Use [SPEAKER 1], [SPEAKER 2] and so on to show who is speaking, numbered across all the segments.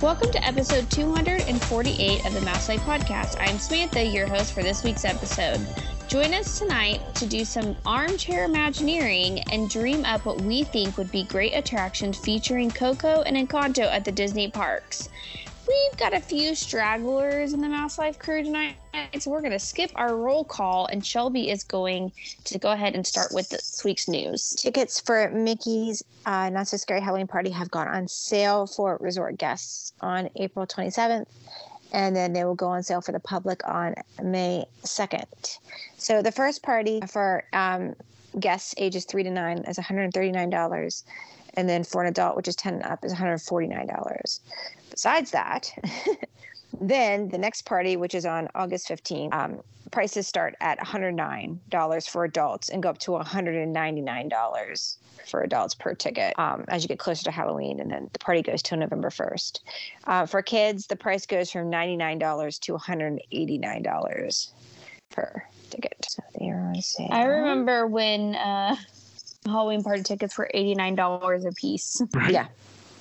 [SPEAKER 1] Welcome to episode 248 of the Mouse Life Podcast. I'm Samantha, your host for this week's episode. Join us tonight to do some armchair imagineering and dream up what we think would be great attractions featuring Coco and Encanto at the Disney parks. We've got a few stragglers in the Mouse Life crew tonight, so we're going to skip our roll call, and Shelby is going to go ahead and start with this week's news.
[SPEAKER 2] Tickets for Mickey's uh, Not So Scary Halloween Party have gone on sale for resort guests on April 27th, and then they will go on sale for the public on May 2nd. So the first party for um, guests ages three to nine is $139, and then for an adult, which is 10 and up, is $149. Besides that, then the next party, which is on August 15th, um, prices start at $109 for adults and go up to $199 for adults per ticket um, as you get closer to Halloween. And then the party goes till November 1st. Uh, for kids, the price goes from $99 to $189 per ticket. So they are on sale.
[SPEAKER 1] I remember when uh, Halloween party tickets were $89 a piece.
[SPEAKER 3] Right.
[SPEAKER 2] Yeah.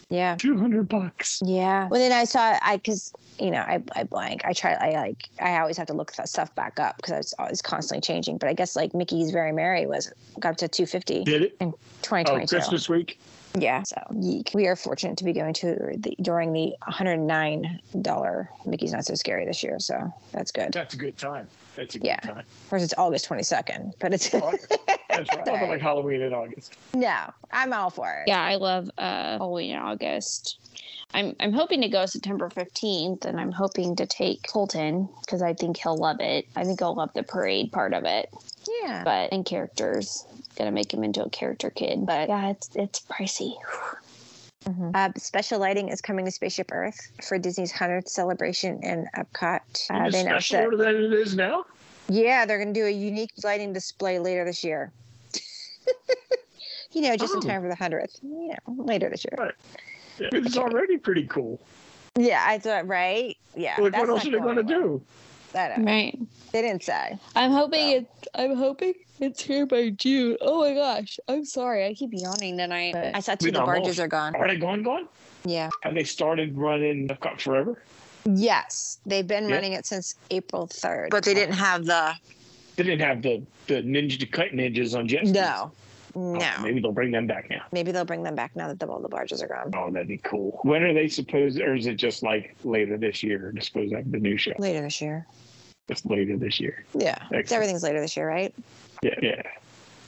[SPEAKER 2] Yeah.
[SPEAKER 3] 200 bucks.
[SPEAKER 2] Yeah. Well, then I saw I because you know I I blank. I try I like I always have to look that stuff back up because it's always constantly changing. But I guess like Mickey's Very Merry was got up to two fifty
[SPEAKER 3] Did it?
[SPEAKER 2] in
[SPEAKER 3] Oh,
[SPEAKER 2] 2022.
[SPEAKER 3] Christmas week.
[SPEAKER 2] Yeah. So yeek. we are fortunate to be going to the, during the 109 dollar Mickey's Not So Scary this year. So that's good.
[SPEAKER 3] That's a good time. That's a good
[SPEAKER 2] Yeah.
[SPEAKER 3] time.
[SPEAKER 2] Of course, it's August 22nd, but it's
[SPEAKER 3] That's right. Nothing like Halloween in August.
[SPEAKER 2] no. I'm all for it.
[SPEAKER 1] Yeah, I love uh, Halloween in August. I'm I'm hoping to go September 15th, and I'm hoping to take Colton because I think he'll love it. I think he'll love the parade part of it,
[SPEAKER 2] Yeah.
[SPEAKER 1] but and characters. Gonna make him into a character kid, but yeah, it's it's pricey.
[SPEAKER 2] Uh, special lighting is coming to Spaceship Earth for Disney's 100th celebration in Epcot. Uh,
[SPEAKER 3] Even
[SPEAKER 2] they announced that.
[SPEAKER 3] specialer than it is now.
[SPEAKER 2] Yeah, they're going to do a unique lighting display later this year. you know, just in
[SPEAKER 3] Oh.
[SPEAKER 2] time for the 100th. You know, later this year.
[SPEAKER 3] Right. It's already pretty cool.
[SPEAKER 2] Yeah, I thought, right? Yeah.
[SPEAKER 3] Like,
[SPEAKER 2] Uh, that's
[SPEAKER 3] what else
[SPEAKER 2] not
[SPEAKER 3] are they going to
[SPEAKER 2] away.
[SPEAKER 3] do?
[SPEAKER 2] I don't know.
[SPEAKER 1] Right.
[SPEAKER 2] uh, They didn't say.
[SPEAKER 1] I'm hoping
[SPEAKER 2] Yeah.
[SPEAKER 1] it. I'm hoping it's here by June. Oh my gosh, I'm sorry. I keep yawning tonight.
[SPEAKER 2] I saw two
[SPEAKER 3] We
[SPEAKER 2] of the
[SPEAKER 3] know more.
[SPEAKER 2] barges are gone.
[SPEAKER 3] Are they gone, gone?
[SPEAKER 2] Yeah.
[SPEAKER 3] Have they started running Epcot Forever?
[SPEAKER 2] Yes. They've been
[SPEAKER 3] Yeah.
[SPEAKER 2] running it since April 3rd. But they didn't have the.
[SPEAKER 3] They didn't have the, the ninja to cut ninjas on jet skis.
[SPEAKER 2] No.
[SPEAKER 3] Oh,
[SPEAKER 2] No.
[SPEAKER 3] maybe they'll bring them back now.
[SPEAKER 2] Maybe they'll bring them back now that the, all the barges are gone.
[SPEAKER 3] Oh, that'd be cool. When are they supposed, or is it just like later this year? They're supposed to have the new show.
[SPEAKER 2] Later this year.
[SPEAKER 3] It's later this year.
[SPEAKER 2] Yeah.
[SPEAKER 3] Excellent.
[SPEAKER 2] So everything's later this year, right?
[SPEAKER 3] Yeah, yeah.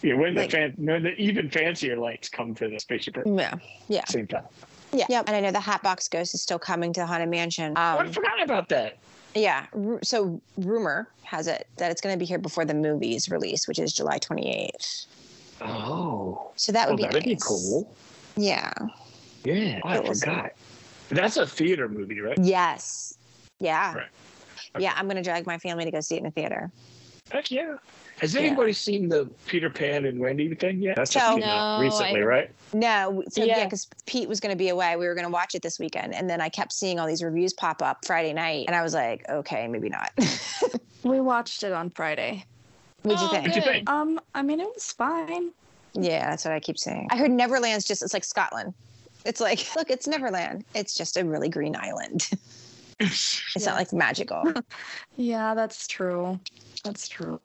[SPEAKER 3] Yeah, when the,
[SPEAKER 2] Like-
[SPEAKER 3] fan, when the even fancier lights come to the spaceship at the
[SPEAKER 2] Yeah. Yeah.
[SPEAKER 3] same time.
[SPEAKER 2] Yeah. Yep. And I know the Hatbox Ghost is still coming to the Haunted Mansion.
[SPEAKER 3] Oh,
[SPEAKER 2] Um,
[SPEAKER 3] I forgot about that.
[SPEAKER 2] yeah. ru- So rumor has it that it's going to be here before the movie's release, which is July 28th.
[SPEAKER 3] Oh,
[SPEAKER 2] So that would
[SPEAKER 3] well,
[SPEAKER 2] be
[SPEAKER 3] that'd be
[SPEAKER 2] nice.
[SPEAKER 3] cool.
[SPEAKER 2] Yeah.
[SPEAKER 3] Yeah, oh, I
[SPEAKER 2] It was-
[SPEAKER 3] forgot. That's a theater movie, right?
[SPEAKER 2] Yes. Yeah.
[SPEAKER 3] Right.
[SPEAKER 2] Yeah. I'm going to drag my family to go see it in the theater.
[SPEAKER 3] Heck yeah. Has
[SPEAKER 2] Yeah.
[SPEAKER 3] anybody seen the Peter Pan and Wendy thing yet? That's
[SPEAKER 2] So-
[SPEAKER 3] just came out
[SPEAKER 1] No,
[SPEAKER 3] recently,
[SPEAKER 1] I-
[SPEAKER 3] right?
[SPEAKER 2] No, w- so yeah,
[SPEAKER 1] Yeah.
[SPEAKER 2] because Pete was going to be away. We were going to watch it this weekend, and then I kept seeing all these reviews pop up Friday night, and I was like, okay, maybe not.
[SPEAKER 4] We watched it on Friday.
[SPEAKER 2] What'd you
[SPEAKER 1] Oh,
[SPEAKER 2] think?
[SPEAKER 3] What'd you
[SPEAKER 1] Good.
[SPEAKER 3] think?
[SPEAKER 4] Um, I mean, it was fine.
[SPEAKER 2] Yeah, that's what I keep saying. I heard Neverland's just it's like Scotland. It's like, look, it's Neverland. It's just a really green island. It's not
[SPEAKER 4] Yeah.
[SPEAKER 2] like magical.
[SPEAKER 4] Yeah, that's true. That's true.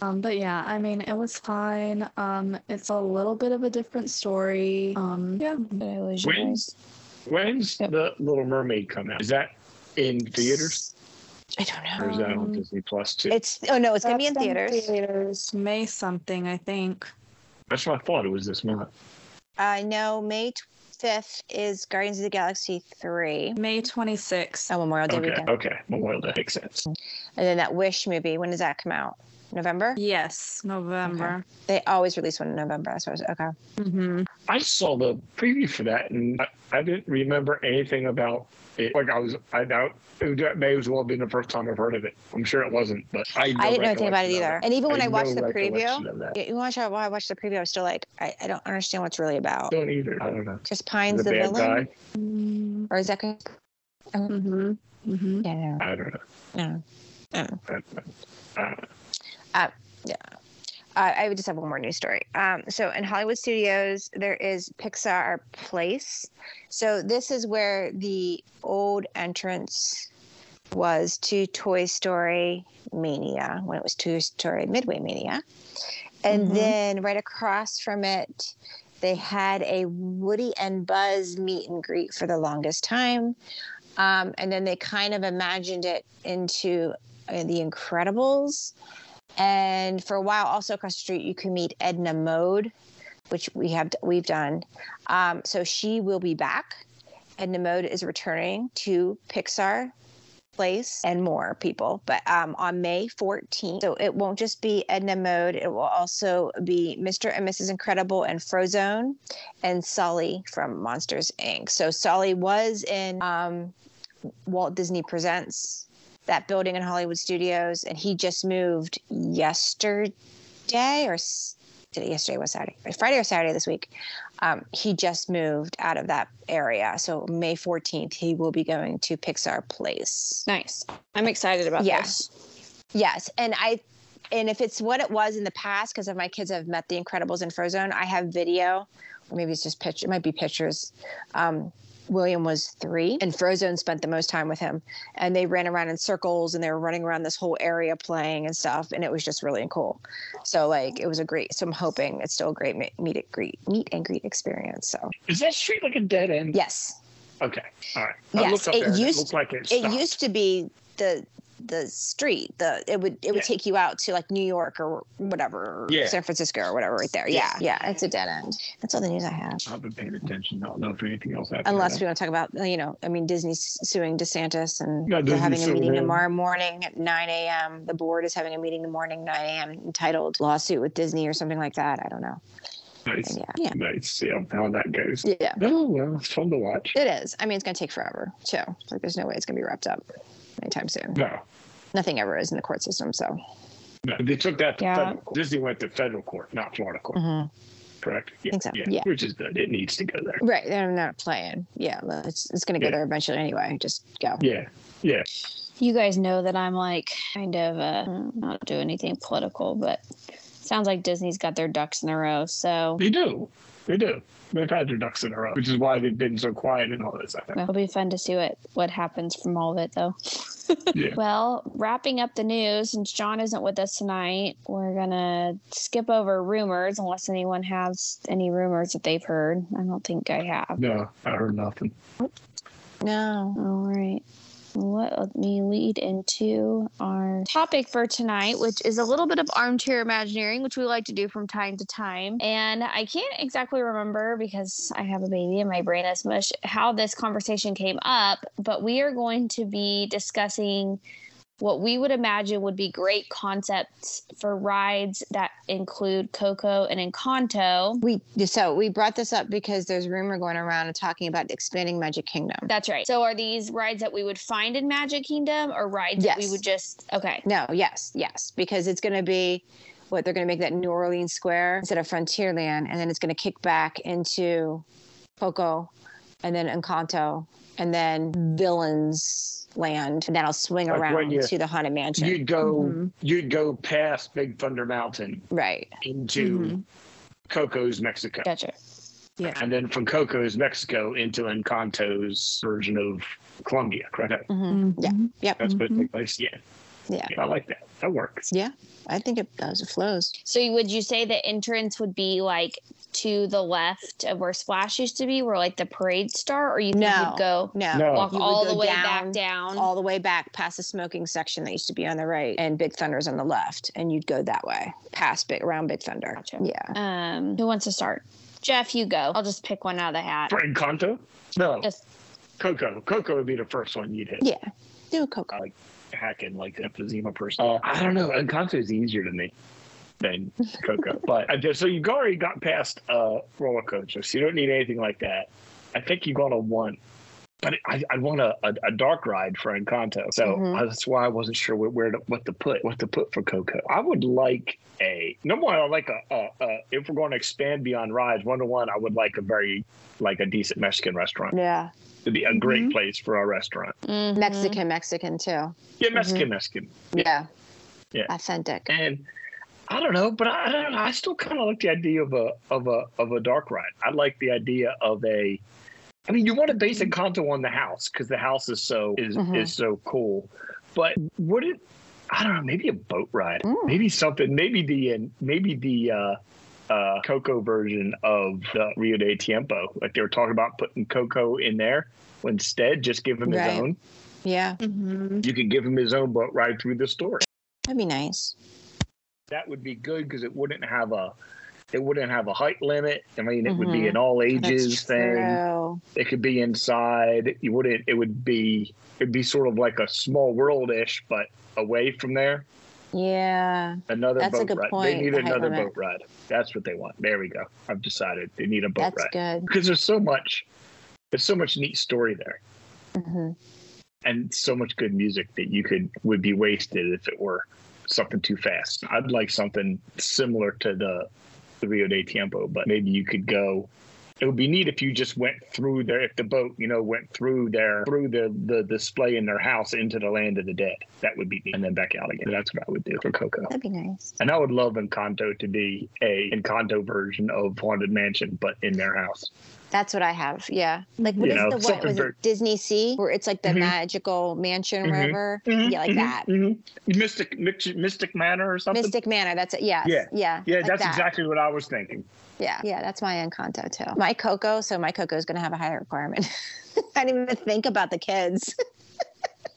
[SPEAKER 4] Um, but yeah, I mean, it was fine. Um, it's a little bit of a different story. Um, yeah,
[SPEAKER 1] But I lose you
[SPEAKER 3] When-
[SPEAKER 1] guys.
[SPEAKER 3] When's
[SPEAKER 1] Yep.
[SPEAKER 3] the Little Mermaid come out? Is that in theaters
[SPEAKER 2] I don't know.
[SPEAKER 3] or is that on
[SPEAKER 4] Um,
[SPEAKER 3] Disney Plus too?
[SPEAKER 2] It's oh no, it's gonna be in
[SPEAKER 4] That's
[SPEAKER 2] theaters.
[SPEAKER 4] theaters May something, I think.
[SPEAKER 3] That's what I thought it was this month.
[SPEAKER 2] I know May fifth is Guardians of the Galaxy three.
[SPEAKER 4] May 26th.
[SPEAKER 2] Oh, Memorial Day
[SPEAKER 3] Okay,
[SPEAKER 2] weekend,
[SPEAKER 3] okay. Well, that makes sense.
[SPEAKER 2] and then that Wish movie. When does that come out? November.
[SPEAKER 4] Yes, November.
[SPEAKER 2] They always release one in November. I suppose. Okay.
[SPEAKER 4] hmm
[SPEAKER 3] I saw the preview for that, and I, I didn't remember anything about it. Like I was, I doubt it may as well have been the first time I've heard of it. I'm sure it wasn't, but I, had no
[SPEAKER 2] I didn't know anything about it
[SPEAKER 3] recollection of
[SPEAKER 2] either. And even when I,
[SPEAKER 3] had
[SPEAKER 2] watched
[SPEAKER 3] no
[SPEAKER 2] the
[SPEAKER 3] recollection
[SPEAKER 2] preview,
[SPEAKER 3] of that.
[SPEAKER 2] yeah, you watch while I watched the preview, I was still like, I, I don't understand what's really about.
[SPEAKER 3] don't either. I don't know.
[SPEAKER 2] Chris Pine's
[SPEAKER 3] the
[SPEAKER 2] the,
[SPEAKER 3] bad
[SPEAKER 2] villain,
[SPEAKER 3] guy.
[SPEAKER 4] Mm-hmm.
[SPEAKER 2] or is that? Chris-
[SPEAKER 4] Mm-hmm.
[SPEAKER 2] Yeah. No.
[SPEAKER 3] I don't know. Uh,
[SPEAKER 2] No.
[SPEAKER 3] I don't know. I don't know.
[SPEAKER 2] Uh, yeah. Uh, I would just have one more news story. Um, so in Hollywood Studios, there is Pixar Place. So this is where the old entrance was to Toy Story Mania when it was Toy Story Midway Mania, and
[SPEAKER 4] Mhm.
[SPEAKER 2] then right across from it, they had a Woody and Buzz meet and greet for the longest time, um, and then they kind of imagined it into uh, the Incredibles. And for a while, also across the street, you can meet Edna Mode, which we have we've done. Um, so she will be back. Edna Mode is returning to Pixar place and more people, but um, on May 14th. So it won't just be Edna Mode. It will also be Mr. and Mrs. Incredible and Frozone and Sully from Monsters, Inc. So Sully was in um, Walt Disney Presents, that building in Hollywood Studios, and he just moved yesterday or s- did it yesterday was Saturday, Friday or Saturday this week. Um, he just moved out of that area. So May 14th, he will be going to Pixar Place.
[SPEAKER 1] Nice. I'm excited about
[SPEAKER 2] Yeah.
[SPEAKER 1] this.
[SPEAKER 2] Yes, and I, and if it's what it was in the past, because of my kids have met the Incredibles in Frozone, I have video, or maybe it's just picture. It might be pictures. Um, William was three, and Frozone spent the most time with him, and they ran around in circles, and they were running around this whole area playing and stuff, and it was just really cool. So like, it was a great. So I'm hoping it's still a great meet, meet and greet, meet and greet experience. So
[SPEAKER 3] Is that street like a dead end?
[SPEAKER 2] yes,
[SPEAKER 3] Okay. All right. I
[SPEAKER 2] Yes,
[SPEAKER 3] looked up
[SPEAKER 2] it
[SPEAKER 3] there and
[SPEAKER 2] used-
[SPEAKER 3] it looked like it
[SPEAKER 2] it
[SPEAKER 3] stopped.
[SPEAKER 2] used to be the the street the it would it would
[SPEAKER 3] Yeah.
[SPEAKER 2] take you out to like new york or whatever or
[SPEAKER 3] Yeah.
[SPEAKER 2] san francisco or whatever right there yeah
[SPEAKER 3] Yeah.
[SPEAKER 2] yeah it's a dead end that's all the news i have
[SPEAKER 3] I haven't paid attention. I don't know if anything else happened.
[SPEAKER 2] unless we want to talk about you know i mean disney's suing desantis and
[SPEAKER 3] Yeah,
[SPEAKER 2] they're
[SPEAKER 3] Disney's
[SPEAKER 2] having a
[SPEAKER 3] suing
[SPEAKER 2] meeting
[SPEAKER 3] him.
[SPEAKER 2] tomorrow morning at 9 a.m the board is having a meeting in the morning 9 a.m entitled lawsuit with disney or something like that i don't know
[SPEAKER 3] nice.
[SPEAKER 2] yeah yeah
[SPEAKER 3] Nice. See how, how that goes.
[SPEAKER 2] yeah
[SPEAKER 3] Oh well, it's fun to watch.
[SPEAKER 2] it is i mean it's going to take forever too like there's no way it's going to be wrapped up anytime soon
[SPEAKER 3] No,
[SPEAKER 2] nothing ever is in the court system so
[SPEAKER 3] no, they took that to
[SPEAKER 1] Yeah.
[SPEAKER 3] federal court. Disney went to federal court, not Florida court.
[SPEAKER 2] mhm.
[SPEAKER 3] Correct. Yeah,
[SPEAKER 2] Think so, yeah. Mm.
[SPEAKER 3] Which is good. It needs to go there.
[SPEAKER 2] Right, they're not playing. Yeah, well, it's it's gonna go
[SPEAKER 3] Yeah.
[SPEAKER 2] there eventually anyway. Just go.
[SPEAKER 3] Yeah. Yeah.
[SPEAKER 1] You guys know that I'm like kind of uh, not do anything political, but sounds like Disney's got their ducks in a row. So
[SPEAKER 3] They do. They do. They've had their ducks in a row, which is why they've been so quiet and all this. I think.
[SPEAKER 1] it'll be fun to see what what happens from all of it, though.
[SPEAKER 3] Yeah.
[SPEAKER 1] Well, wrapping up the news, since John isn't with us tonight, we're gonna skip over rumors unless anyone has any rumors that they've heard. I don't think I have.
[SPEAKER 3] No, I heard nothing.
[SPEAKER 2] No.
[SPEAKER 1] All right. Let me lead into our topic for tonight, which is a little bit of armchair imagineering, which we like to do from time to time. And I can't exactly remember because I have a baby and my brain is mush how this conversation came up, but we are going to be discussing what we would imagine would be great concepts for rides that include Coco and Encanto.
[SPEAKER 2] We so we brought this up because there's rumor going around and talking about expanding Magic Kingdom.
[SPEAKER 1] That's right. So are these rides that we would find in Magic Kingdom or rides that we
[SPEAKER 2] Yes.
[SPEAKER 1] would just okay.
[SPEAKER 2] No, yes, yes, because it's gonna be what they're gonna make that New Orleans Square instead of Frontierland, and then it's gonna kick back into Coco, and then Encanto, and then Villains Land, and that'll swing
[SPEAKER 3] Like when
[SPEAKER 2] around
[SPEAKER 3] you-
[SPEAKER 2] to the Haunted Mansion.
[SPEAKER 3] You'd go.
[SPEAKER 4] Mhm.
[SPEAKER 2] Mm-hmm.
[SPEAKER 3] You'd go past Big Thunder Mountain
[SPEAKER 2] right.
[SPEAKER 3] into
[SPEAKER 2] Mm-hmm.
[SPEAKER 4] Mhm.
[SPEAKER 3] Coco's Mexico,
[SPEAKER 1] Gotcha.
[SPEAKER 4] Yeah.
[SPEAKER 3] and then from Coco's Mexico into Encanto's version of Colombia. Correct.
[SPEAKER 2] hmm Yeah.
[SPEAKER 4] Mhm.
[SPEAKER 2] Yep.
[SPEAKER 3] That's what
[SPEAKER 4] Mhm.
[SPEAKER 3] took place. Yeah.
[SPEAKER 2] Mm-hmm. Yeah.
[SPEAKER 3] I like that. That works.
[SPEAKER 2] Yeah. I think it does. It flows.
[SPEAKER 1] So you- would you say the entrance would be like to the left of where Splash used to be, where like the parade star, or you think
[SPEAKER 2] No.
[SPEAKER 1] you'd go
[SPEAKER 2] No.
[SPEAKER 3] No.
[SPEAKER 1] walk
[SPEAKER 2] You would
[SPEAKER 1] all
[SPEAKER 2] go
[SPEAKER 1] the way
[SPEAKER 2] down,
[SPEAKER 1] back down?
[SPEAKER 2] all the way back past the smoking section that used to be on the right and Big Thunder's on the left and you'd go that way past Big around Big Thunder.
[SPEAKER 1] Gotcha.
[SPEAKER 2] Yeah.
[SPEAKER 1] um, who wants to start? Jeff, you go. I'll just pick one out of the hat.
[SPEAKER 3] For Encanto? No.
[SPEAKER 1] Yes.
[SPEAKER 3] Coco. Coco would be the first one you'd hit.
[SPEAKER 2] Yeah. Do a Coco.
[SPEAKER 3] hacking like the emphysema person. Uh, I don't know. Encanto is easier to me than Coco. but uh, so you've already got past uh, roller coaster, so you don't need anything like that. I think you got a one. But I, I want a, a, a dark ride for Encanto, so
[SPEAKER 2] Mhm.
[SPEAKER 3] uh, that's why I wasn't sure where, where to, what to put what to put for Coco. I would like a number one. I like a, a, a if we're going to expand beyond rides, one to one. I would like a very like a decent Mexican restaurant.
[SPEAKER 2] Yeah.
[SPEAKER 3] It'd be a great
[SPEAKER 4] Mhm.
[SPEAKER 2] Mm-hmm.
[SPEAKER 3] place for a restaurant.
[SPEAKER 1] Mhm.
[SPEAKER 2] Mexican, Mexican too.
[SPEAKER 3] Yeah, Mexican, Mexican.
[SPEAKER 2] Yeah.
[SPEAKER 3] Yeah.
[SPEAKER 2] Authentic.
[SPEAKER 3] And I don't know, but I, I don't know. I still kind of like the idea of a of a of a dark ride. I like the idea of a. I mean, you want to base
[SPEAKER 2] Mm-hmm.
[SPEAKER 3] Encanto on the house because the house is so is
[SPEAKER 2] Mhm.
[SPEAKER 3] is so cool. But would it? I don't know. Maybe a boat ride.
[SPEAKER 2] Mm.
[SPEAKER 3] Maybe something. Maybe the maybe the uh, uh, Coco version of the Rio de Tiempo. Like they were talking about putting Coco in there. Instead, just give him his
[SPEAKER 2] Right.
[SPEAKER 3] own.
[SPEAKER 2] Yeah,
[SPEAKER 4] Mm-hmm.
[SPEAKER 3] You could give him his own boat ride through the store.
[SPEAKER 2] that'd be nice.
[SPEAKER 3] that would be good because it wouldn't have a it wouldn't have a height limit. I mean, it would be
[SPEAKER 2] Mhm.
[SPEAKER 3] an all
[SPEAKER 2] That's
[SPEAKER 3] ages thing.
[SPEAKER 2] true.
[SPEAKER 3] It could be inside. You wouldn't. It would be. It'd be sort of like a small world ish, but away from there.
[SPEAKER 2] Yeah,
[SPEAKER 3] Another
[SPEAKER 2] That's a
[SPEAKER 3] boat
[SPEAKER 2] good
[SPEAKER 3] ride.
[SPEAKER 2] point,
[SPEAKER 3] They need
[SPEAKER 2] the height
[SPEAKER 3] another
[SPEAKER 2] limit.
[SPEAKER 3] boat ride. That's what they want. There we go. I've decided they need a boat
[SPEAKER 2] that's
[SPEAKER 3] ride
[SPEAKER 2] good.
[SPEAKER 3] because there's so much. There's so much neat story there,
[SPEAKER 2] hmm
[SPEAKER 3] and so much good music that you could would be wasted if it were something too fast. I'd like something similar to the the Rio de Tiempo, but maybe you could go. It would be neat if you just went through their if the boat, you know, went through their through the the display in their house into the land of the dead. That would be neat, and then back out again. That's what I would do for Coco.
[SPEAKER 2] That'd be nice.
[SPEAKER 3] And I would love Encanto to be a Encanto version of Haunted Mansion, but in their house.
[SPEAKER 2] That's what I have. Yeah, like what
[SPEAKER 3] You
[SPEAKER 2] is
[SPEAKER 3] know,
[SPEAKER 2] the what
[SPEAKER 3] something
[SPEAKER 2] was
[SPEAKER 3] very-
[SPEAKER 2] it Disney Sea where it's like the
[SPEAKER 3] Mhm.
[SPEAKER 2] magical mansion, or
[SPEAKER 3] Mhm.
[SPEAKER 2] whatever. Yeah, like that.
[SPEAKER 3] hmm Mystic Mystic- Mystic Manor or Mm-hmm. something.
[SPEAKER 2] Mm-hmm. Mystic Manor. That's it. Yes.
[SPEAKER 3] Yeah.
[SPEAKER 2] Yeah. Yeah.
[SPEAKER 3] Yeah,
[SPEAKER 2] like
[SPEAKER 3] that's
[SPEAKER 2] that.
[SPEAKER 3] exactly what I was thinking.
[SPEAKER 2] Yeah. Yeah. That's my Encanto too. My Coco. So my Coco is going to have a higher requirement. I didn't even think about the kids.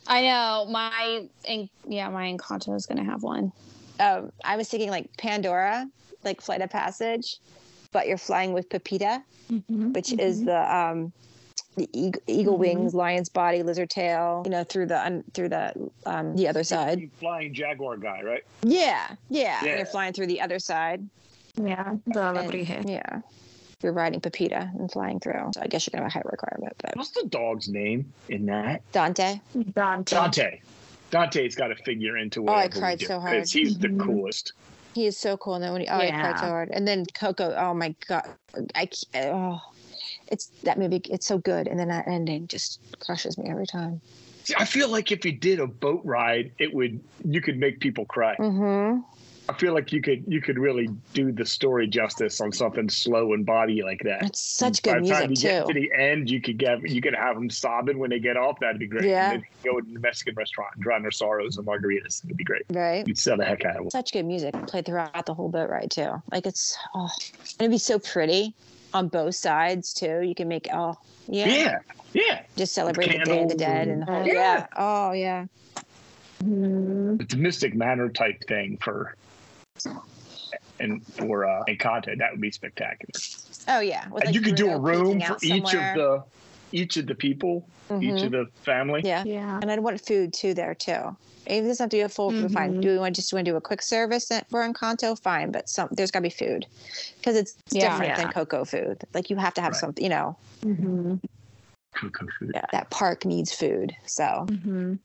[SPEAKER 1] I know my and yeah, my Encanto is gonna have one.
[SPEAKER 2] Um, I was thinking like Pandora, like Flight of Passage, but you're flying with Pepita, which
[SPEAKER 4] Mm-hmm.
[SPEAKER 2] is the um, the eagle, eagle
[SPEAKER 4] Mhm.
[SPEAKER 2] wings, lion's body, lizard tail. You know, through the un, through the um, the other side.
[SPEAKER 3] Flying Jaguar guy, right?
[SPEAKER 2] Yeah. Yeah.
[SPEAKER 3] Yeah.
[SPEAKER 2] You're flying through the other side.
[SPEAKER 4] yeah the
[SPEAKER 2] and-
[SPEAKER 4] labrije.
[SPEAKER 2] yeah. You're riding Pepita and flying through. So I guess you're gonna have a height requirement, but
[SPEAKER 3] What's the dog's name in that?
[SPEAKER 2] Dante.
[SPEAKER 4] Dante.
[SPEAKER 3] Dante. Dante's got to figure into
[SPEAKER 2] Oh, I
[SPEAKER 3] whatever we
[SPEAKER 2] cried
[SPEAKER 3] do,
[SPEAKER 2] so hard. Mm-hmm.
[SPEAKER 3] 'cause He's the
[SPEAKER 4] Mhm.
[SPEAKER 3] coolest.
[SPEAKER 2] He is so cool. And then when he, oh, I cried so
[SPEAKER 4] Yeah.
[SPEAKER 2] hard. And then Coco, oh my God. I, ca- oh, it's that movie, it's so good. And then that ending just crushes me every time.
[SPEAKER 3] See, I feel like if you did a boat ride, it would you could make people cry.
[SPEAKER 2] Mm-hmm.
[SPEAKER 3] I feel like you could you could really do the story justice on something slow and body like that.
[SPEAKER 2] It's such
[SPEAKER 3] By
[SPEAKER 2] good
[SPEAKER 3] the time
[SPEAKER 2] music,
[SPEAKER 3] you
[SPEAKER 2] too.
[SPEAKER 3] get to the end, you could get you could have them sobbing when they get off. That'd be great.
[SPEAKER 2] Yeah.
[SPEAKER 3] And then go to the Mexican restaurant and drown their sorrows and margaritas. It'd be great.
[SPEAKER 2] right?
[SPEAKER 3] You'd sell the heck out of it.
[SPEAKER 2] Such good music played throughout the whole boat ride, too. Like it's, oh, and it'd be so pretty on both sides, too. You can make, oh, yeah.
[SPEAKER 3] Yeah. Yeah.
[SPEAKER 2] Just celebrate the Day of the
[SPEAKER 3] Candles
[SPEAKER 2] Dead
[SPEAKER 3] and-
[SPEAKER 2] and the whole,
[SPEAKER 4] Yeah.
[SPEAKER 2] yeah. Oh, yeah.
[SPEAKER 4] Mhm.
[SPEAKER 3] It's a mystic manor type thing for and for uh Encanto. That would be spectacular.
[SPEAKER 2] Oh, yeah. With,
[SPEAKER 3] And you
[SPEAKER 2] like,
[SPEAKER 3] could do a
[SPEAKER 2] Bruno
[SPEAKER 3] room
[SPEAKER 2] peeking
[SPEAKER 3] for
[SPEAKER 2] out
[SPEAKER 3] each of
[SPEAKER 2] somewhere.
[SPEAKER 3] the each of the people, each
[SPEAKER 2] Mhm.
[SPEAKER 3] of the family.
[SPEAKER 2] Yeah.
[SPEAKER 4] Yeah.
[SPEAKER 2] And I'd want food too there too. Even if it's not to do a full food, fine.
[SPEAKER 4] Mhm.
[SPEAKER 2] Do we want just want to do a quick service at- for Encanto? Fine, but some there's got to be food because it's
[SPEAKER 1] Yeah.
[SPEAKER 2] different than
[SPEAKER 4] Yeah.
[SPEAKER 2] cocoa food. Like you have to have
[SPEAKER 3] Right.
[SPEAKER 2] something, you know.
[SPEAKER 4] Mhm.
[SPEAKER 3] Cocoa food.
[SPEAKER 2] That park needs food, so
[SPEAKER 4] Mhm.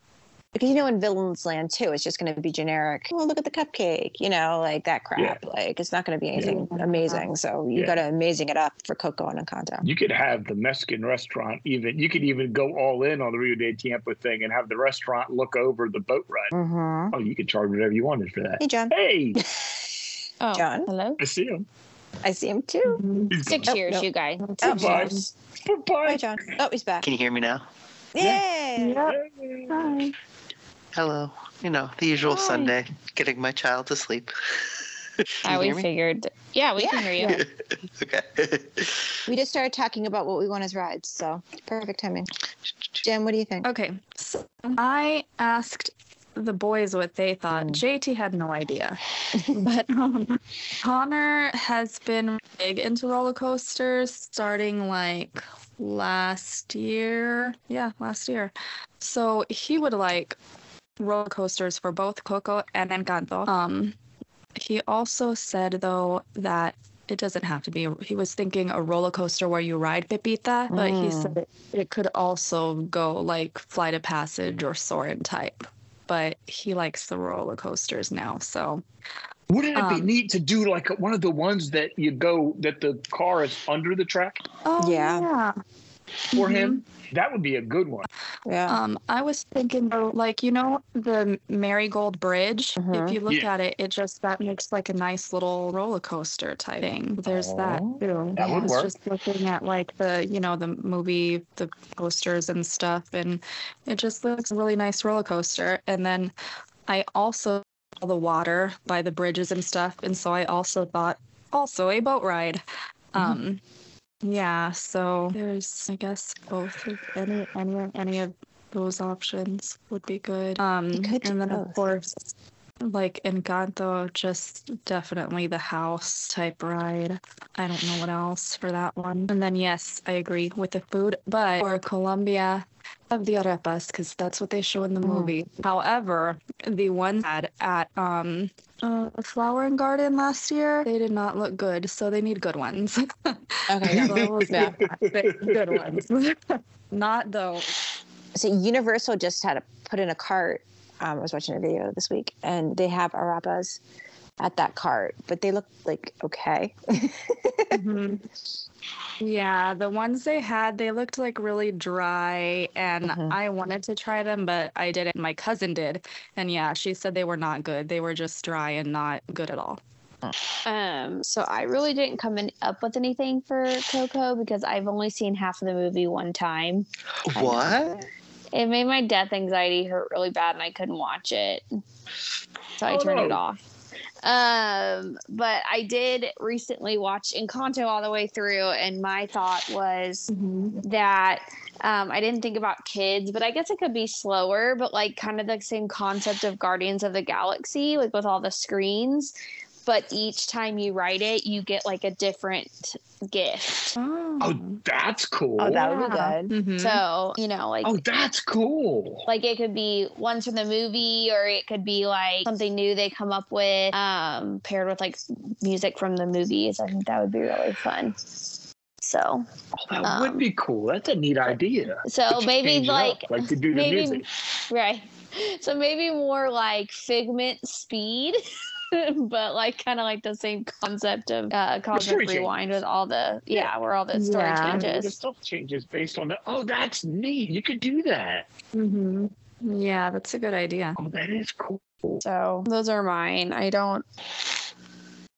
[SPEAKER 2] because you know in Villains Land too, it's just going to be generic. Oh, look at the cupcake, you know, like that crap. Like it's not going to be anything
[SPEAKER 4] Yeah.
[SPEAKER 2] amazing. So you
[SPEAKER 3] Yeah.
[SPEAKER 2] got to amazing it up for cocoa and Encanto.
[SPEAKER 3] You could have the Mexican restaurant even you could even go all in on the Rio de Tiempo thing and have the restaurant look over the boat ride.
[SPEAKER 2] hmm
[SPEAKER 3] Oh, you could charge whatever you wanted for that.
[SPEAKER 2] Hey, John,
[SPEAKER 3] Hey,
[SPEAKER 1] Oh,
[SPEAKER 2] John?
[SPEAKER 1] hello.
[SPEAKER 3] I see him.
[SPEAKER 2] I see him too.
[SPEAKER 4] Mhm.
[SPEAKER 3] He's
[SPEAKER 1] Six
[SPEAKER 3] gone.
[SPEAKER 1] years,
[SPEAKER 2] no.
[SPEAKER 1] you guys.
[SPEAKER 2] Oh, Hi,
[SPEAKER 3] Goodbye. Goodbye.
[SPEAKER 2] John. Oh, he's back.
[SPEAKER 5] Can you hear me now?
[SPEAKER 2] Yay!
[SPEAKER 4] Yep.
[SPEAKER 3] Hey.
[SPEAKER 4] Hi.
[SPEAKER 5] Hello. You know, the usual
[SPEAKER 1] Hi.
[SPEAKER 5] Sunday, getting my child to sleep. Can
[SPEAKER 1] Ah,
[SPEAKER 5] you
[SPEAKER 1] we
[SPEAKER 5] hear me?
[SPEAKER 1] figured. Yeah, we can hear you.
[SPEAKER 5] Okay.
[SPEAKER 2] We just started talking about what we want as rides, so perfect timing. Jen, what do you think?
[SPEAKER 4] Okay. So I asked the boys what they thought. JT had no idea. but um, Connor has been big into roller coasters starting like last year. Yeah, last year. So he would like roller coasters for both Coco and Encanto. Um, he also said though that it doesn't have to be. He was thinking a roller coaster where you ride Pepita, but he
[SPEAKER 2] Mm.
[SPEAKER 4] said it, it could also go like Flight of Passage or Soarin' type. But he likes the roller coasters now, so
[SPEAKER 3] Wouldn't it be
[SPEAKER 4] Um,
[SPEAKER 3] neat to do like one of the ones that you go that the car is under the track?
[SPEAKER 4] Oh
[SPEAKER 2] Yeah.
[SPEAKER 4] yeah.
[SPEAKER 3] for him. That would be a good one.
[SPEAKER 2] Yeah.
[SPEAKER 4] Um, I was thinking though, like you know the Marigold Bridge.
[SPEAKER 2] Mhm.
[SPEAKER 4] If you look
[SPEAKER 3] Yeah.
[SPEAKER 4] at it, it just that makes like a nice little roller coaster type thing. There's that
[SPEAKER 3] Oh,
[SPEAKER 4] too.
[SPEAKER 3] that would
[SPEAKER 4] I was
[SPEAKER 3] work.
[SPEAKER 4] Just looking at like the you know the movie, the posters and stuff, and it just looks a really nice roller coaster. And then I also saw the water by the bridges and stuff, and so I also thought also a boat ride. Um, yeah, so there's I guess both of any any any of those options would be good. Um
[SPEAKER 2] could do
[SPEAKER 4] and then
[SPEAKER 2] both.
[SPEAKER 4] of course like Encanto just definitely the house type ride. I don't know what else for that one. And then yes, I agree with the food, but for Colombia of the arepas because that's what they show in the
[SPEAKER 2] Mm.
[SPEAKER 4] movie. However, the one had at um uh, Flower and Garden last year, they did not look good, so they need good ones.
[SPEAKER 2] okay.
[SPEAKER 4] So
[SPEAKER 2] yeah.
[SPEAKER 4] I will say that. Good ones. Not though.
[SPEAKER 2] So Universal just had to put in a cart. Um, I was watching a video this week, and they have arapas at that cart, but they look like okay.
[SPEAKER 4] Mm-hmm. Yeah, the ones they had, they looked like really dry, and
[SPEAKER 2] Mhm.
[SPEAKER 4] I wanted to try them, but I didn't. My cousin did, and yeah, she said they were not good. They were just dry and not good at all.
[SPEAKER 1] Um, so I really didn't come in, up with anything for Coco because I've only seen half of the movie one time.
[SPEAKER 5] What?
[SPEAKER 1] It made my death anxiety hurt really bad, and I couldn't watch it, so I
[SPEAKER 3] Oh,
[SPEAKER 1] turned it
[SPEAKER 3] no.
[SPEAKER 1] off. Um, but I did recently watch Encanto all the way through, and my thought was
[SPEAKER 3] Mm-hmm.
[SPEAKER 1] that um, I didn't think about kids, but I guess it could be slower, but like kind of the same concept of Guardians of the Galaxy, like with all the screens. But each time you write it, you get like a different gift.
[SPEAKER 3] Oh, that's cool.
[SPEAKER 2] Oh, that would be
[SPEAKER 4] Yeah.
[SPEAKER 2] good.
[SPEAKER 4] Mhm.
[SPEAKER 1] So, you know, like
[SPEAKER 3] Oh, that's cool.
[SPEAKER 1] like it could be ones from the movie or it could be like something new they come up with um paired with like music from the movies. I think that would be really fun. So,
[SPEAKER 3] Oh, that
[SPEAKER 1] um,
[SPEAKER 3] would be cool. That's a neat idea.
[SPEAKER 1] so
[SPEAKER 3] To
[SPEAKER 1] maybe
[SPEAKER 3] change it
[SPEAKER 1] like
[SPEAKER 3] up, like to do the
[SPEAKER 1] maybe-
[SPEAKER 3] music.
[SPEAKER 1] Right. So maybe more like Figment speed, but like kind of like the same concept of uh,
[SPEAKER 3] story
[SPEAKER 1] Cosmic
[SPEAKER 3] changes.
[SPEAKER 1] Rewind with all the yeah, where all the story
[SPEAKER 4] Yeah.
[SPEAKER 3] And the
[SPEAKER 1] changes.
[SPEAKER 3] stuff changes based on that. Oh, that's neat. You could do that.
[SPEAKER 4] Mhm. Yeah, that's a good idea.
[SPEAKER 3] Oh, that is cool. Oh,
[SPEAKER 1] So those are mine. I don't.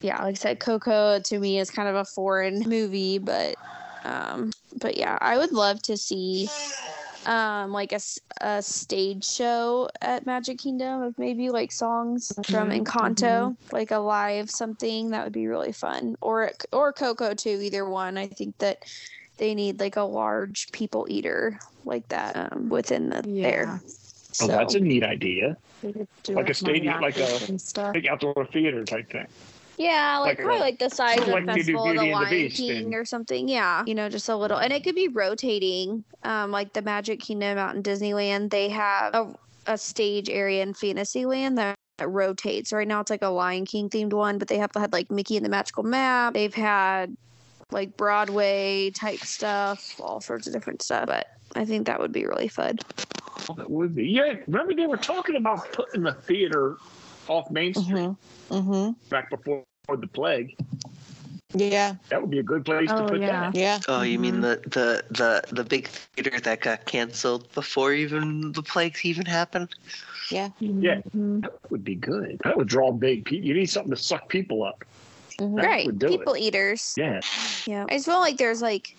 [SPEAKER 1] Yeah, like I said, Coco to me is kind of a foreign movie, but um, but yeah, I would love to see um like a, s- a stage show at Magic Kingdom of maybe like songs from
[SPEAKER 4] Mhm,
[SPEAKER 1] Encanto, like a live something that would be really fun, or or Coco too. Either one, I think that they need like a large people eater like that um, within the
[SPEAKER 4] Yeah.
[SPEAKER 1] there.
[SPEAKER 3] Oh,
[SPEAKER 1] So
[SPEAKER 3] that's a neat idea.
[SPEAKER 4] They could do,
[SPEAKER 3] Like a stadium- like a-
[SPEAKER 4] monitors and stuff.
[SPEAKER 3] Big outdoor theater type thing.
[SPEAKER 1] Yeah, like,
[SPEAKER 3] Like
[SPEAKER 1] probably
[SPEAKER 3] a-
[SPEAKER 1] like the size
[SPEAKER 3] sort
[SPEAKER 1] of
[SPEAKER 3] of like they do
[SPEAKER 1] Festival of the
[SPEAKER 3] Beauty and the
[SPEAKER 1] Lion
[SPEAKER 3] Beast
[SPEAKER 1] King
[SPEAKER 3] and-
[SPEAKER 1] or something. Yeah, you know, just a little, and it could be rotating. Um, like the Magic Kingdom out in Disneyland, they have a, a stage area in Fantasyland that. that rotates right now. It's like a Lion King themed one, but they have had like Mickey and the Magical Map. They've had like Broadway type stuff, all sorts of different stuff. But I think that would be really fun.
[SPEAKER 3] Oh, that would be. Yeah, remember they were talking about putting the theater off Main Street
[SPEAKER 2] Mm-hmm. Mm-hmm.
[SPEAKER 3] back before the plague.
[SPEAKER 2] Yeah.
[SPEAKER 3] That would be a good place
[SPEAKER 4] Oh,
[SPEAKER 3] to put
[SPEAKER 4] yeah.
[SPEAKER 3] that.
[SPEAKER 2] Yeah.
[SPEAKER 5] Oh, you mean the, the, the, the big theater that got canceled before even the plagues even happened?
[SPEAKER 3] Yeah.
[SPEAKER 4] Mhm.
[SPEAKER 3] That would be good. That would draw big people. You need something to suck people up.
[SPEAKER 2] Mhm.
[SPEAKER 3] That
[SPEAKER 1] right,
[SPEAKER 3] would do it.
[SPEAKER 1] people eaters.
[SPEAKER 3] Yeah.
[SPEAKER 1] Yeah. I just feel like there's like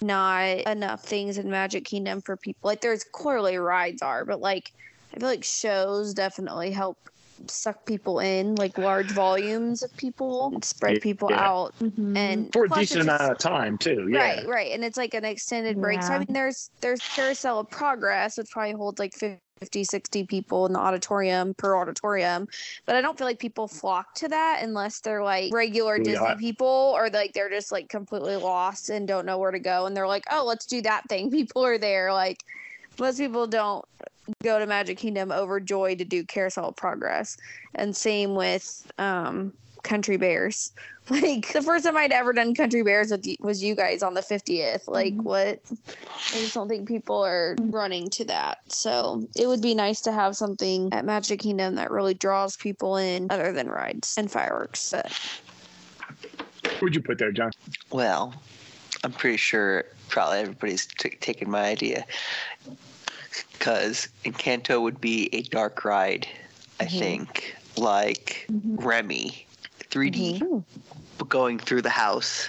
[SPEAKER 1] not enough things in Magic Kingdom for people. Like there's clearly rides are, but like I feel like shows definitely help suck people in, like large volumes of people, and spread people
[SPEAKER 3] Yeah.
[SPEAKER 1] out
[SPEAKER 4] Mhm.
[SPEAKER 1] and
[SPEAKER 3] For a
[SPEAKER 1] plus it's
[SPEAKER 3] decent
[SPEAKER 1] just-
[SPEAKER 3] amount of time, too. Yeah.
[SPEAKER 1] Right, right, and it's like an extended break. So I
[SPEAKER 4] Yeah.
[SPEAKER 1] mean, there's there's Carousel of Progress, which probably holds like 50, 60 people in the auditorium per auditorium, but I don't feel like people flock to that unless they're like regular
[SPEAKER 3] Really
[SPEAKER 1] Disney
[SPEAKER 3] hot.
[SPEAKER 1] people or like they're just like completely lost and don't know where to go, and they're like, oh, let's do that thing. People are there. Like most people don't go to Magic Kingdom overjoyed to do Carousel of Progress, and same with um Country Bears like the first time I'd ever done country bears with you, was you guys on the 50th. Like
[SPEAKER 4] Mhm.
[SPEAKER 1] what? I just don't think people are running to that. So it would be nice to have something at Magic Kingdom that really draws people in, other than rides and fireworks. But
[SPEAKER 3] Who'd you put there, John?
[SPEAKER 5] Well, I'm pretty sure probably everybody's t- taken my idea. Because Encanto would be a dark ride, I
[SPEAKER 2] Mhm.
[SPEAKER 5] think, like Remy, 3D,
[SPEAKER 2] Mhm.
[SPEAKER 5] but going through the house.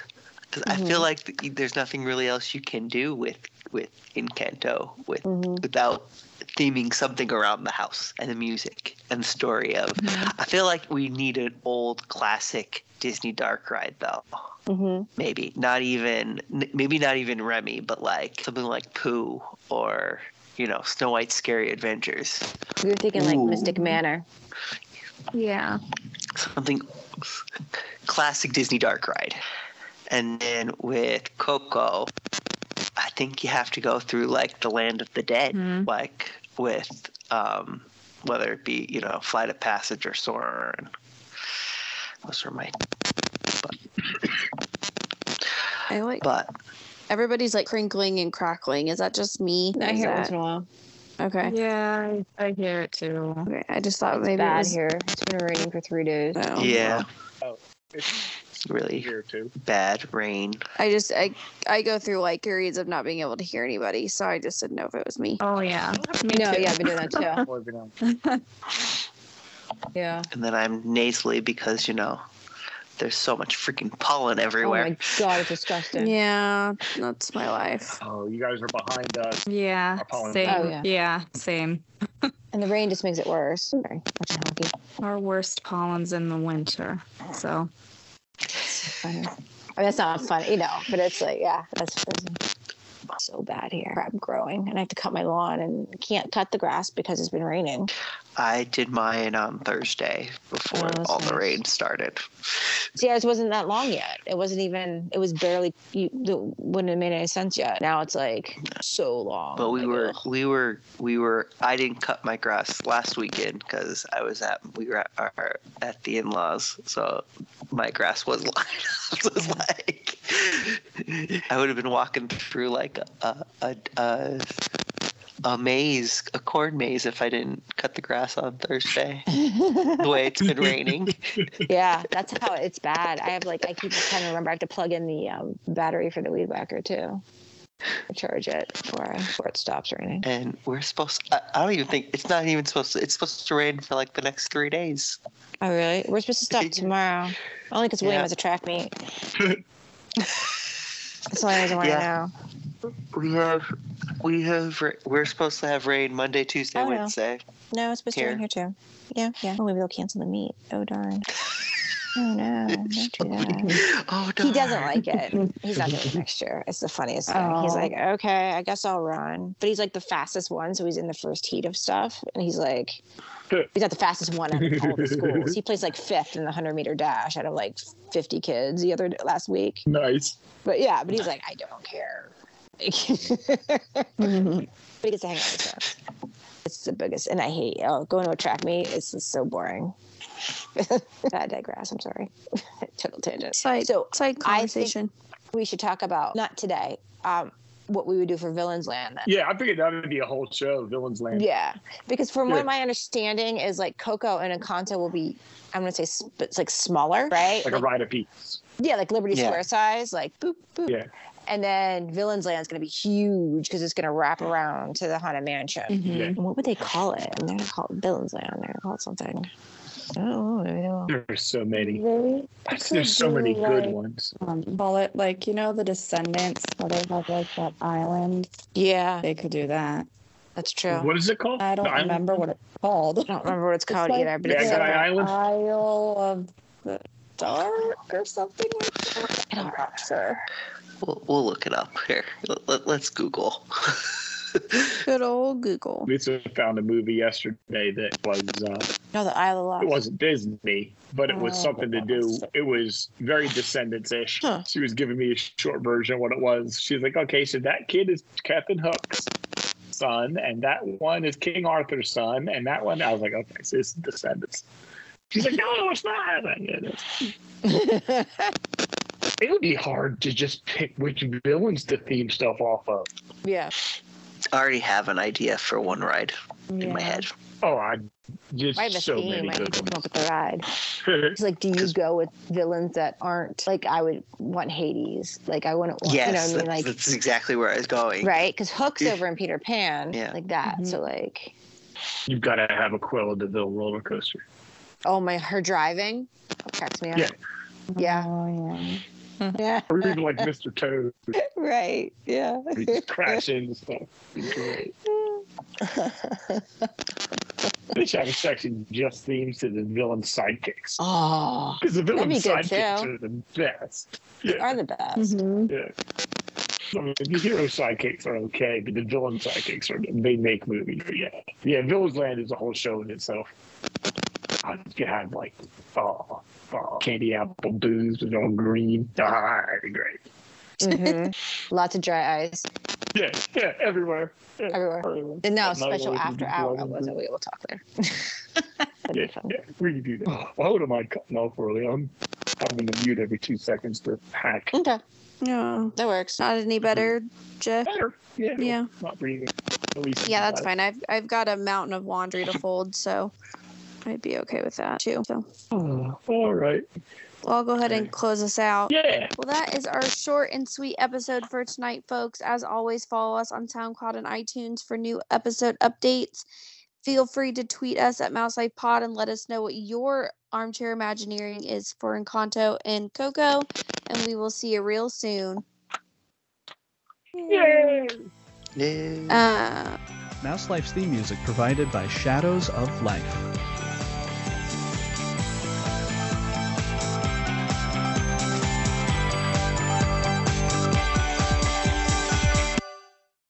[SPEAKER 5] 'Cause I
[SPEAKER 2] Mhm.
[SPEAKER 5] feel like th- there's nothing really else you can do with with Encanto with
[SPEAKER 2] Mhm.
[SPEAKER 5] without theming something around the house and the music and the story of. I feel like we need an old classic Disney dark ride though.
[SPEAKER 2] Mhm.
[SPEAKER 5] Maybe not even n- maybe not even Remy, but like something like Pooh or you know Snow White's Scary Adventures.
[SPEAKER 2] We were thinking like
[SPEAKER 5] Ooh.
[SPEAKER 2] Mystic Manor.
[SPEAKER 4] Yeah.
[SPEAKER 5] something classic Disney dark ride. And then with Coco, I think you have to go through like the land of the dead,
[SPEAKER 4] Mhm.
[SPEAKER 5] like with um, whether it be you know Flight of Passage or Soar. And those are my
[SPEAKER 6] I like
[SPEAKER 5] but
[SPEAKER 6] everybody's like crinkling and crackling. Is that just me?
[SPEAKER 2] I
[SPEAKER 6] Is
[SPEAKER 2] hear it once
[SPEAKER 6] that-
[SPEAKER 2] in a while.
[SPEAKER 6] Okay.
[SPEAKER 4] Yeah, I, I hear it too.
[SPEAKER 6] Okay. I just thought
[SPEAKER 2] It's
[SPEAKER 6] maybe it
[SPEAKER 2] bad
[SPEAKER 6] was.
[SPEAKER 2] here. It's been raining for three days.
[SPEAKER 1] Uh,
[SPEAKER 6] Oh.
[SPEAKER 5] yeah,
[SPEAKER 3] It's
[SPEAKER 5] really
[SPEAKER 3] here too.
[SPEAKER 5] bad rain.
[SPEAKER 6] I just I I go through like periods of not being able to hear anybody, so I just didn't know if it was me.
[SPEAKER 4] Oh yeah. Me
[SPEAKER 2] no,
[SPEAKER 4] too.
[SPEAKER 2] yeah, I've been doing that too.
[SPEAKER 3] More than I'm-
[SPEAKER 2] Yeah.
[SPEAKER 5] And then I'm nasally because you know there's so much freaking pollen everywhere.
[SPEAKER 2] Oh my god, it's disgusting.
[SPEAKER 6] Yeah, that's my life.
[SPEAKER 3] Oh, you guys are behind us.
[SPEAKER 4] Yeah.
[SPEAKER 3] Our pollen.
[SPEAKER 4] Same.
[SPEAKER 2] Oh, yeah.
[SPEAKER 4] yeah. Same.
[SPEAKER 2] And the rain just makes it worse. Sorry, watching hockey.
[SPEAKER 4] Our worst pollens in the winter. So
[SPEAKER 2] I mean, that's not fun, you know, but it's like, yeah, that's, that's so bad here. I'm growing and I have to cut my lawn and can't cut the grass because it's been raining.
[SPEAKER 5] I did mine on Thursday before
[SPEAKER 2] Oh, that's
[SPEAKER 5] all the
[SPEAKER 2] nice.
[SPEAKER 5] rain started.
[SPEAKER 2] See, it wasn't that long yet. It wasn't even, it was barely, you, it wouldn't have made any sense yet. Now it's like so long.
[SPEAKER 5] But we
[SPEAKER 2] Like,
[SPEAKER 5] were,
[SPEAKER 2] ugh.
[SPEAKER 5] we were, we were. I didn't cut my grass last weekend because I was at we were at, our, at the in-laws, so my grass was lined up. So it's like I would have been walking through like a a, a a maze, a corn maze, if I didn't cut the grass on Thursday. the way it's been raining.
[SPEAKER 2] yeah, that's how it's bad. I have like, I keep trying to remember I have to plug in the um, battery for the weed whacker too. Charge it before, I, before it stops raining.
[SPEAKER 5] and we're supposed I, I don't even think it's not even supposed to it's supposed to rain for like the next three days
[SPEAKER 2] Oh, really? We're supposed to stop tomorrow. Only because William
[SPEAKER 5] Yeah.
[SPEAKER 2] has a track meet. That's the only reason why I
[SPEAKER 5] Yeah.
[SPEAKER 2] know.
[SPEAKER 5] we have we have ra- we're supposed to have rain monday tuesday
[SPEAKER 2] Oh, no.
[SPEAKER 5] wednesday
[SPEAKER 2] No, it's supposed to rain here too. Yeah, yeah. Oh, maybe they'll cancel the meet. Oh, darn. Oh, no. Don't do that.
[SPEAKER 5] oh
[SPEAKER 2] He doesn't
[SPEAKER 5] darn.
[SPEAKER 2] like it. He's not doing it next year. It's the funniest thing. He's
[SPEAKER 4] Oh.
[SPEAKER 2] like, okay, I guess I'll run. But he's like the fastest one. So he's in the first heat of stuff. And he's like, he's not the fastest one out of all the schools. He placed like fifth in the 100 meter dash out of like 50 kids the other last week.
[SPEAKER 3] Nice.
[SPEAKER 2] But yeah, but he's like, I don't care. but he gets to hang out with us. It's the biggest, and I hate oh going to a track meet. It's just so boring. I digress. I'm sorry. Total tangent.
[SPEAKER 6] Side
[SPEAKER 2] So,
[SPEAKER 6] side
[SPEAKER 2] I think-
[SPEAKER 6] conversation.
[SPEAKER 2] We should talk about not today. Um, what we would do for Villains Land then.
[SPEAKER 3] Yeah, I figured that would be a whole show, Villains Land.
[SPEAKER 2] Yeah, because from
[SPEAKER 3] Yeah.
[SPEAKER 2] what my understanding is, like Coco and Encanto will be, I'm gonna say, sp- it's like smaller, right?
[SPEAKER 3] Like a ride of peace.
[SPEAKER 2] Yeah, like Liberty
[SPEAKER 5] Yeah.
[SPEAKER 2] Square size, like boop boop.
[SPEAKER 3] Yeah.
[SPEAKER 2] And then Villains Land is going to be huge because it's going to wrap around to the Haunted Mansion.
[SPEAKER 3] Yeah.
[SPEAKER 2] Mm-hmm. What would they call it? I'm going to call it Villains Land. They're going to call it something. I don't know. Maybe they will.
[SPEAKER 3] There's so many.
[SPEAKER 4] They could
[SPEAKER 3] There's so
[SPEAKER 4] do,
[SPEAKER 3] many good
[SPEAKER 4] like,
[SPEAKER 3] ones.
[SPEAKER 4] Um, call it like you know the Descendants, how they have like that island.
[SPEAKER 2] Yeah,
[SPEAKER 4] They could do that.
[SPEAKER 2] that's true.
[SPEAKER 3] What is it called?
[SPEAKER 4] I don't
[SPEAKER 3] The island?
[SPEAKER 4] remember what it's called.
[SPEAKER 2] I don't remember what it's
[SPEAKER 4] It's
[SPEAKER 2] called
[SPEAKER 4] like
[SPEAKER 2] either, but
[SPEAKER 3] Yeah,
[SPEAKER 2] it's
[SPEAKER 3] Bad Guy Island?
[SPEAKER 4] Isle of the Dark or something like that.
[SPEAKER 2] I don't
[SPEAKER 4] I'm sure.
[SPEAKER 5] we'll, we'll look it up here let, us google
[SPEAKER 6] Good old Google.
[SPEAKER 3] Lisa found a movie yesterday that was uh,
[SPEAKER 2] know the Isle of
[SPEAKER 3] it
[SPEAKER 2] Lost.
[SPEAKER 3] wasn't Disney, but it was something to do. It was very Descendants-ish.
[SPEAKER 2] Oh, Huh.
[SPEAKER 3] She was giving me a short version of what it was. She's like, okay, so that kid is Captain Hook's son, and that one is King Arthur's son, and that one. I was like, okay, so it's Descendants. She's like, no, it's not. I'm like, "It is." It would be hard to just pick which villains to theme stuff off of.
[SPEAKER 2] yeah,
[SPEAKER 5] I already have an idea for one ride in my
[SPEAKER 2] Yeah.
[SPEAKER 5] head.
[SPEAKER 3] Oh, I just
[SPEAKER 2] I have a
[SPEAKER 3] so
[SPEAKER 2] theme.
[SPEAKER 3] many
[SPEAKER 2] I need
[SPEAKER 3] good
[SPEAKER 2] to come up
[SPEAKER 3] ones.
[SPEAKER 2] with a ride. It's like, do you go with villains that aren't like I would want Hades? Like I wouldn't want,
[SPEAKER 5] Yes,
[SPEAKER 2] you know what I
[SPEAKER 5] that's,
[SPEAKER 2] mean? Like
[SPEAKER 5] that's exactly where I was going.
[SPEAKER 2] right? Because Hook's over in Peter Pan,
[SPEAKER 5] Yeah.
[SPEAKER 2] like that.
[SPEAKER 4] Mhm.
[SPEAKER 2] So like,
[SPEAKER 3] You've got to have Aquila de Vil roller coaster.
[SPEAKER 2] oh my, her driving cracks me up.
[SPEAKER 3] Yeah.
[SPEAKER 2] Yeah.
[SPEAKER 4] Oh, yeah.
[SPEAKER 2] Yeah.
[SPEAKER 3] Or even like Mr. Toad.
[SPEAKER 2] Right. Yeah.
[SPEAKER 3] We just crash into stuff. Be great. They should have a section just themes to the villain sidekicks.
[SPEAKER 2] oh,
[SPEAKER 3] Because the villain
[SPEAKER 2] That'd be good,
[SPEAKER 3] sidekicks
[SPEAKER 2] too.
[SPEAKER 3] are the best. Yeah.
[SPEAKER 2] are the best.
[SPEAKER 4] Mm-hmm.
[SPEAKER 3] yeah. I mean, the hero sidekicks are okay, but the villain sidekicks are they make movies. Yeah, yeah. Village Land is a whole show in itself. I could have like oh, oh, candy apple booze with all green. Ah, that'd be great.
[SPEAKER 2] Mhm. Lots of dry eyes
[SPEAKER 3] Yeah, yeah, everywhere. Yeah,
[SPEAKER 2] everywhere.
[SPEAKER 3] everywhere.
[SPEAKER 2] And no,
[SPEAKER 3] At night,
[SPEAKER 2] special
[SPEAKER 3] always
[SPEAKER 2] after
[SPEAKER 3] be
[SPEAKER 2] hour
[SPEAKER 3] blood and
[SPEAKER 2] was
[SPEAKER 3] booze.
[SPEAKER 2] we will talk there.
[SPEAKER 3] Yeah, yeah, we can do that. Why would Oh, I mind cutting off early? I'm having to mute every two seconds to hack.
[SPEAKER 2] Okay,
[SPEAKER 1] No,
[SPEAKER 2] that works.
[SPEAKER 1] not any better, Jeff.
[SPEAKER 3] Better. Yeah.
[SPEAKER 1] Yeah.
[SPEAKER 3] Not breathing. At least
[SPEAKER 1] Yeah, that's
[SPEAKER 3] not-
[SPEAKER 1] fine. I've I've got a mountain of laundry to fold, so I'd be okay with that too. So
[SPEAKER 3] Oh, all right.
[SPEAKER 1] well, I'll go ahead
[SPEAKER 3] Okay.
[SPEAKER 1] and close us out.
[SPEAKER 3] Yeah.
[SPEAKER 1] Well, that is our short and sweet episode for tonight, folks. As always, follow us on SoundCloud and iTunes for new episode updates. Feel free to tweet us at Mouse Life Pod and let us know what your armchair imagineering is for Encanto and Coco. And we will see you real soon.
[SPEAKER 3] Yay.
[SPEAKER 5] Yeah.
[SPEAKER 1] Uh,
[SPEAKER 7] Mouse Life's theme music provided by Shadows of Life.